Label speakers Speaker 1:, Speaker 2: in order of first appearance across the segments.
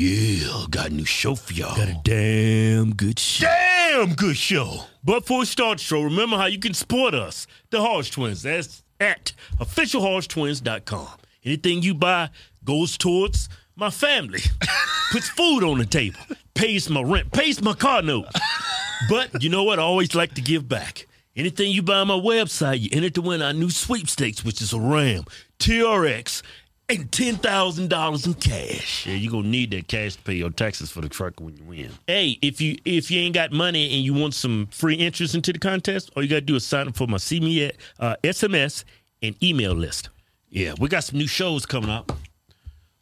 Speaker 1: y'all got a new show for y'all.
Speaker 2: Got a damn good show.
Speaker 1: damn good show.
Speaker 2: But before we start the show, remember how you can support us, the Harsh Twins. That's at officialharshtwins.com. Anything you buy goes towards my family, puts food on the table, pays my rent, pays my car note. But you know what? I always like to give back. Anything you buy on my website, you enter to win our new sweepstakes, which is a Ram, TRX, and $10,000 in cash.
Speaker 1: Yeah, you gonna need that cash to pay your taxes for the truck when you win.
Speaker 2: Hey, if you if you ain't got money and you want some free entrance into the contest, all you gotta do is sign up for my see me at uh, SMS and email list.
Speaker 1: Yeah, we got some new shows coming up.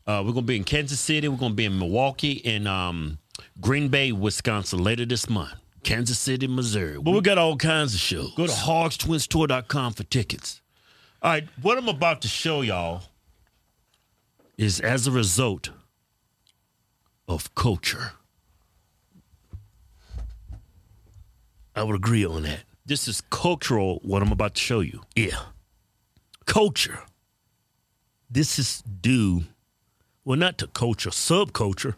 Speaker 1: Uh, we're gonna be in Kansas City. We're gonna be in Milwaukee and um, Green Bay, Wisconsin later this month. Kansas City, Missouri.
Speaker 2: But we got all kinds of shows.
Speaker 1: Go to hogstwinstore.com for tickets. All right, what I'm about to show y'all is as a result of culture.
Speaker 2: I would agree on that.
Speaker 1: This is cultural, what I'm about to show you.
Speaker 2: Yeah. Culture. This is due, well, not to culture, subculture.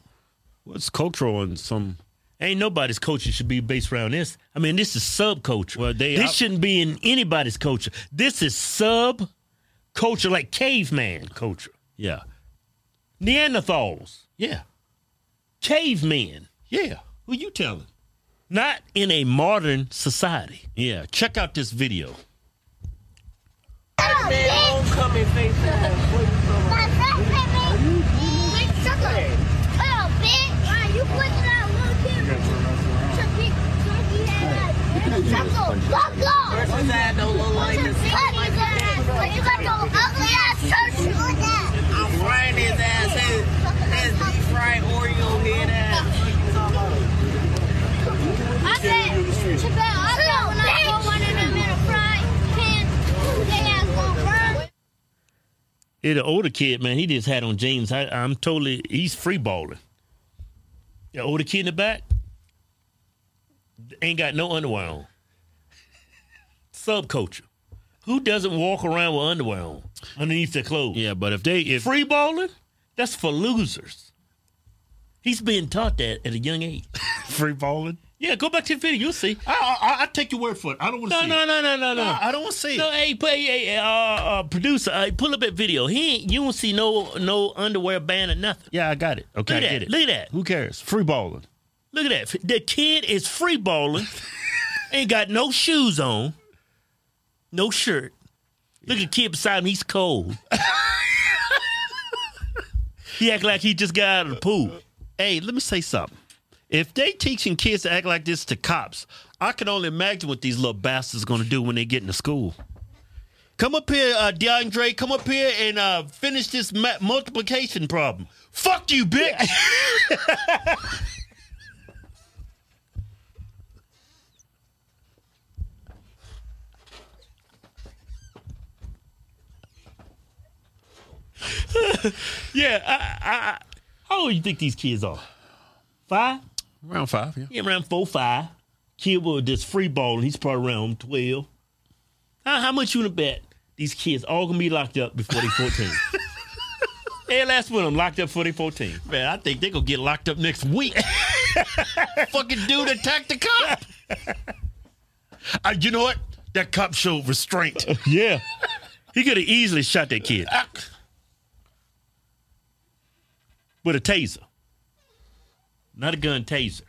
Speaker 1: What's cultural in some.
Speaker 2: Ain't nobody's culture should be based around this. I mean, this is subculture.
Speaker 1: Well, they-
Speaker 2: this shouldn't be in anybody's culture. This is sub culture, like caveman culture.
Speaker 1: Yeah.
Speaker 2: Neanderthals,
Speaker 1: Yeah.
Speaker 2: cavemen,
Speaker 1: Yeah. Who you telling?
Speaker 2: not in a modern society.
Speaker 1: Yeah. Check out this video.
Speaker 3: Man, homecoming face ass. Where you from?
Speaker 4: My friend came in. Big sucker. Oh, bitch. Why you putting that little kid? Turkey, turkey head. Big sucker. Fuck off.
Speaker 3: Versus I don't look like
Speaker 4: Put
Speaker 3: this.
Speaker 4: your funny ass, but you got your ugly ass shirt. Look at
Speaker 3: I'm frying his ass. That's deep fried Oreo head ass.
Speaker 4: I said, Chip out. I thought when I throw one of them in a frying pan, they ass gonna burn.
Speaker 2: Yeah, the older kid, man, he just had on James. I, I'm totally, he's free balling. The older kid in the back ain't got no underwear on. Subculture. Who doesn't walk around with underwear on underneath their clothes?
Speaker 1: Yeah, but if they. if
Speaker 2: Free balling? That's for losers. He's being taught that at a young age.
Speaker 1: Free balling?
Speaker 2: Yeah, go back to the video. You'll see.
Speaker 1: I, I, I take your word for it. I don't want to
Speaker 2: No, no, no, no, no, no.
Speaker 1: don't want to see
Speaker 2: No, hey, play, hey, uh, uh, producer, uh, pull up that video. He, ain't, you don't see no, no underwear ban or nothing.
Speaker 1: Yeah, I got it. Okay,
Speaker 2: Look
Speaker 1: I
Speaker 2: at
Speaker 1: get
Speaker 2: that.
Speaker 1: it.
Speaker 2: Look at that.
Speaker 1: Who cares? Free balling.
Speaker 2: Look at that. The kid is free balling. ain't got no shoes on, no shirt. Look at the kid beside him. He's cold. he act like he just got out of the pool.
Speaker 1: Hey, let me say something. If they teaching kids to act like this to cops, I can only imagine what these little bastards going to do when they get into school. Come up here, uh, DeAndre. Come up here and uh, finish this ma- multiplication problem. Fuck you, bitch.
Speaker 2: Yeah. I, I, I, how old do you think these kids are? Five?
Speaker 1: Round five, yeah.
Speaker 2: Yeah, around four, five. Kid was just free balling. He's probably around 12. How, how much you want to bet these kids all going to be locked up before they 14? hey, last one, I'm locked up before they 14.
Speaker 1: Man, I think they're going to get locked up next week. Fucking dude attacked the cop. Uh, you know what? That cop showed restraint.
Speaker 2: Yeah. He could have easily shot that kid
Speaker 1: Ah.
Speaker 2: with a taser. Not a gun, taser.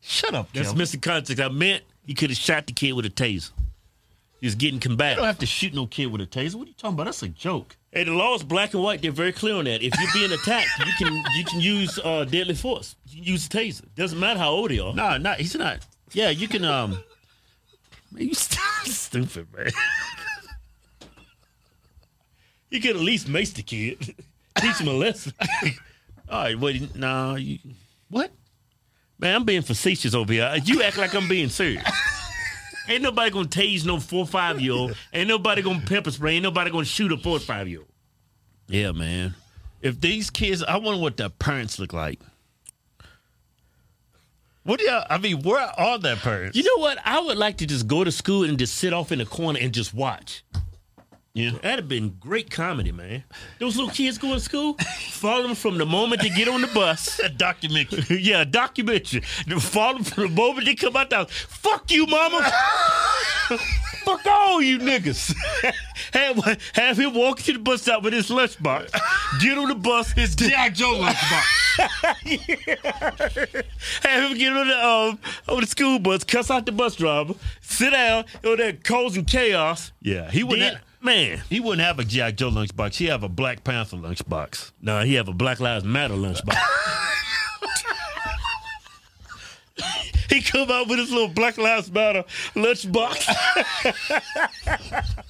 Speaker 1: Shut up,
Speaker 2: That's
Speaker 1: Kelvin.
Speaker 2: missing context. I meant he could have shot the kid with a taser. He was getting
Speaker 1: You don't
Speaker 2: combative.
Speaker 1: have to shoot no kid with a taser. What are you talking about? That's a joke.
Speaker 2: Hey, the law is black and white. They're very clear on that. If you're being attacked, you can you can use uh, deadly force. You can use a taser. Doesn't matter how old they are.
Speaker 1: No, not he's not. Yeah, you can. Um, man, you st- stupid man.
Speaker 2: You could at least mace the kid, teach him a lesson.
Speaker 1: All right, wait. No, you what?
Speaker 2: Man, I'm being facetious over here. You act like I'm being serious. Ain't nobody gonna tase no four five year old. Ain't nobody gonna pepper spray. Ain't nobody gonna shoot a four five year old.
Speaker 1: Yeah, man. If these kids, I wonder what their parents look like. What do y'all? I mean, where are their parents?
Speaker 2: You know what? I would like to just go to school and just sit off in a corner and just watch.
Speaker 1: Yeah.
Speaker 2: That'd have been great comedy, man. Those little kids going to school, follow them from the moment they get on the bus.
Speaker 1: A documentary.
Speaker 2: yeah, a documentary. Follow them from the moment they come out the house. Fuck you, mama. Fuck all you niggas. have, have him walk to the bus stop with his lunchbox. Get on the bus. His
Speaker 5: Jack Joe lunchbox.
Speaker 2: Have him get on the um, on the school bus, cuss out the bus driver, sit down, all that causing chaos.
Speaker 1: Yeah, he wouldn't.
Speaker 2: Then,
Speaker 1: have-
Speaker 2: man,
Speaker 1: he wouldn't have a Jack Joe lunchbox. He have a Black Panther lunchbox.
Speaker 2: nah, he have a Black Lives Matter lunchbox. he come out with his little Black Lives Matter lunchbox.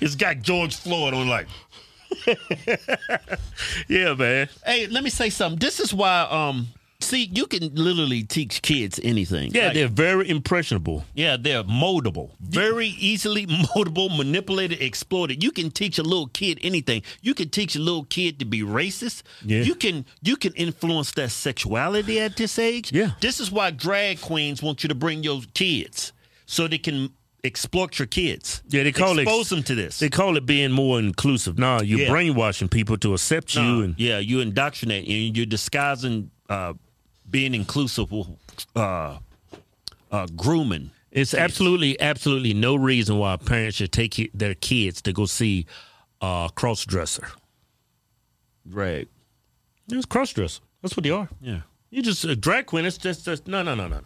Speaker 1: It's got George Floyd on like.
Speaker 2: yeah, man.
Speaker 1: Hey, let me say something. This is why. Um, see, you can literally teach kids anything.
Speaker 2: Yeah,
Speaker 1: Like,
Speaker 2: they're very impressionable.
Speaker 1: yeah, they're moldable, very easily moldable, manipulated, exploited. You can teach a little kid anything. You can teach a little kid to be racist.
Speaker 2: Yeah.
Speaker 1: You can you can influence their sexuality at this age.
Speaker 2: Yeah.
Speaker 1: This is why drag queens want you to bring your kids so they can exploit your kids.
Speaker 2: Yeah, they call it-
Speaker 1: expose them to this.
Speaker 2: They call it being more inclusive. Nah, you're
Speaker 1: Yeah.
Speaker 2: brainwashing people to accept you
Speaker 1: Uh,
Speaker 2: and
Speaker 1: yeah, you indoctrinate and you're disguising uh, being inclusive with uh, uh, grooming.
Speaker 2: It's absolutely, absolutely no reason why parents should take ki- their kids to go see a uh, cross dresser.
Speaker 1: Right.
Speaker 2: It's cross dresser. That's what they are.
Speaker 1: Yeah.
Speaker 2: You just a drag queen. It's just, just no, no, no, no, no.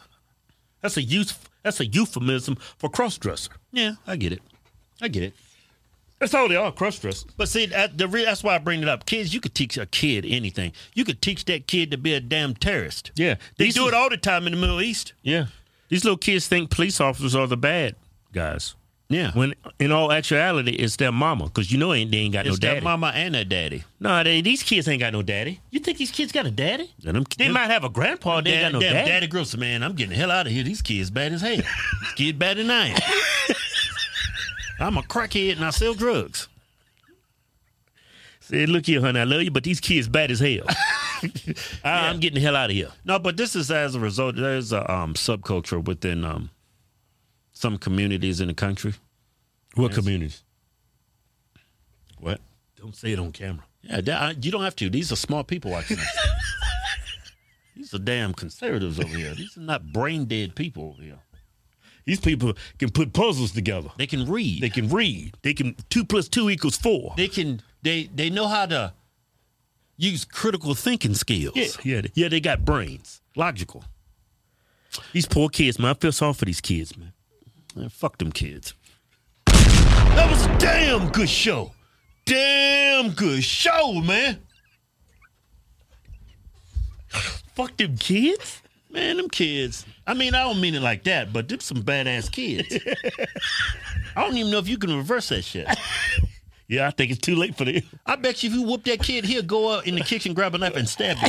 Speaker 2: That's a use. That's a euphemism for cross dresser.
Speaker 1: Yeah, I get it. I get it.
Speaker 2: That's all they are, cross dressers.
Speaker 1: But see, that, the re- that's why I bring it up. Kids, you could teach a kid anything. You could teach that kid to be a damn terrorist.
Speaker 2: Yeah,
Speaker 1: They
Speaker 2: these
Speaker 1: do it all the time in the Middle East.
Speaker 2: Yeah, these little kids think police officers are the bad guys.
Speaker 1: Yeah.
Speaker 2: When in all actuality, it's their mama because you know ain't they ain't got
Speaker 1: it's
Speaker 2: no daddy.
Speaker 1: their mama and their daddy.
Speaker 2: No, they, these kids ain't got no daddy. You think these kids got a daddy?
Speaker 1: And them-
Speaker 2: They
Speaker 1: them-
Speaker 2: might have a grandpa. They ain't got no
Speaker 1: damn,
Speaker 2: daddy.
Speaker 1: Daddy Grissom, man, I'm getting the hell out of here. These kids bad as hell. This kid bad than I am. I'm a crackhead and I sell drugs.
Speaker 2: Say, look here, honey, I love you, but these kids bad as hell. I, I'm getting the hell out of here.
Speaker 1: No, but this is as a result. There's a um, subculture within um, some communities in the country.
Speaker 2: What communities?
Speaker 1: What?
Speaker 2: Don't say it on camera.
Speaker 1: Yeah, that, I, you don't have to. These are smart people watching this. These are damn conservatives over here. These are not brain dead people over here.
Speaker 2: These people can put puzzles together.
Speaker 1: They can read.
Speaker 2: They can read. They can two plus two equals four.
Speaker 1: they can. They they know how to use critical thinking skills.
Speaker 2: yeah, yeah, they- yeah, they got brains.
Speaker 1: Logical.
Speaker 2: These poor kids, man. I feel sorry for these kids, man.
Speaker 1: Man, fuck them kids. That was a damn good show. Damn good show, man.
Speaker 2: Fuck them kids.
Speaker 1: Man, them kids. I mean, I don't mean it like that, but them some badass kids. I don't even know if you can reverse that shit.
Speaker 2: Yeah, I think it's too late for them.
Speaker 1: I bet you if you whoop that kid, he'll go out in the kitchen, grab a knife, and stab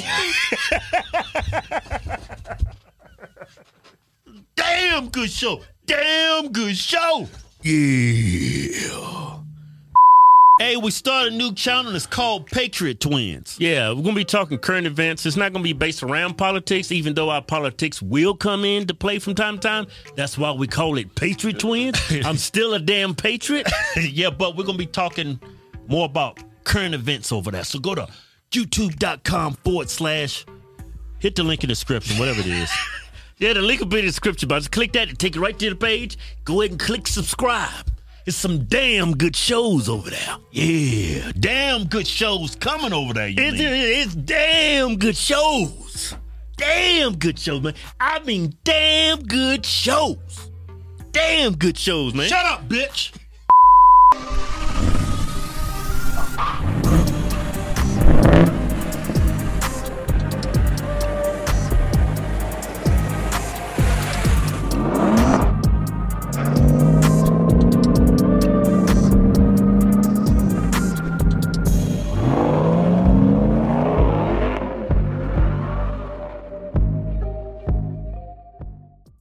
Speaker 1: you. Damn good show. Damn good show. Yeah. Hey, we started a new channel. It's called Patriot Twins.
Speaker 2: Yeah, we're gonna be talking current events. It's not gonna be based around politics, even though our politics will come in to play from time to time. That's why we call it Patriot Twins. I'm still a damn patriot.
Speaker 1: yeah, but we're gonna be talking more about current events over there. So go to youtube.com forward slash hit the link in the description, whatever it is.
Speaker 2: Yeah, the link will be in the description box. Click that to take you right to the page. Go ahead and click subscribe. It's some damn good shows over there.
Speaker 1: Yeah, damn good shows coming over there. You
Speaker 2: It's,
Speaker 1: mean.
Speaker 2: it's damn good shows. Damn good shows, man. I mean, damn good shows. Damn good shows, man.
Speaker 1: Shut up, bitch.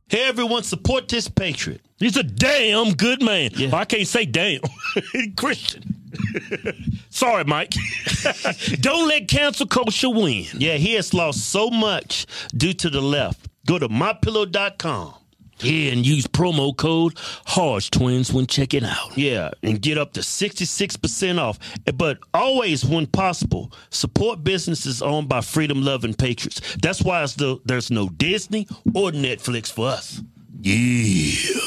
Speaker 1: Hey everyone, support this patriot.
Speaker 2: He's a damn good man.
Speaker 1: Yeah.
Speaker 2: Well, I can't say damn. Christian. Sorry, Mike. Don't let cancel culture win.
Speaker 1: Yeah, he has lost so much due to the left. Go to mypillow.com
Speaker 6: Yeah, and use promo code Harsh Twins when checking out.
Speaker 2: Yeah, and get up to 66% off. But always, when possible, support businesses owned by freedom loving patriots. That's why it's the, there's no Disney or Netflix for us.
Speaker 6: Yeah.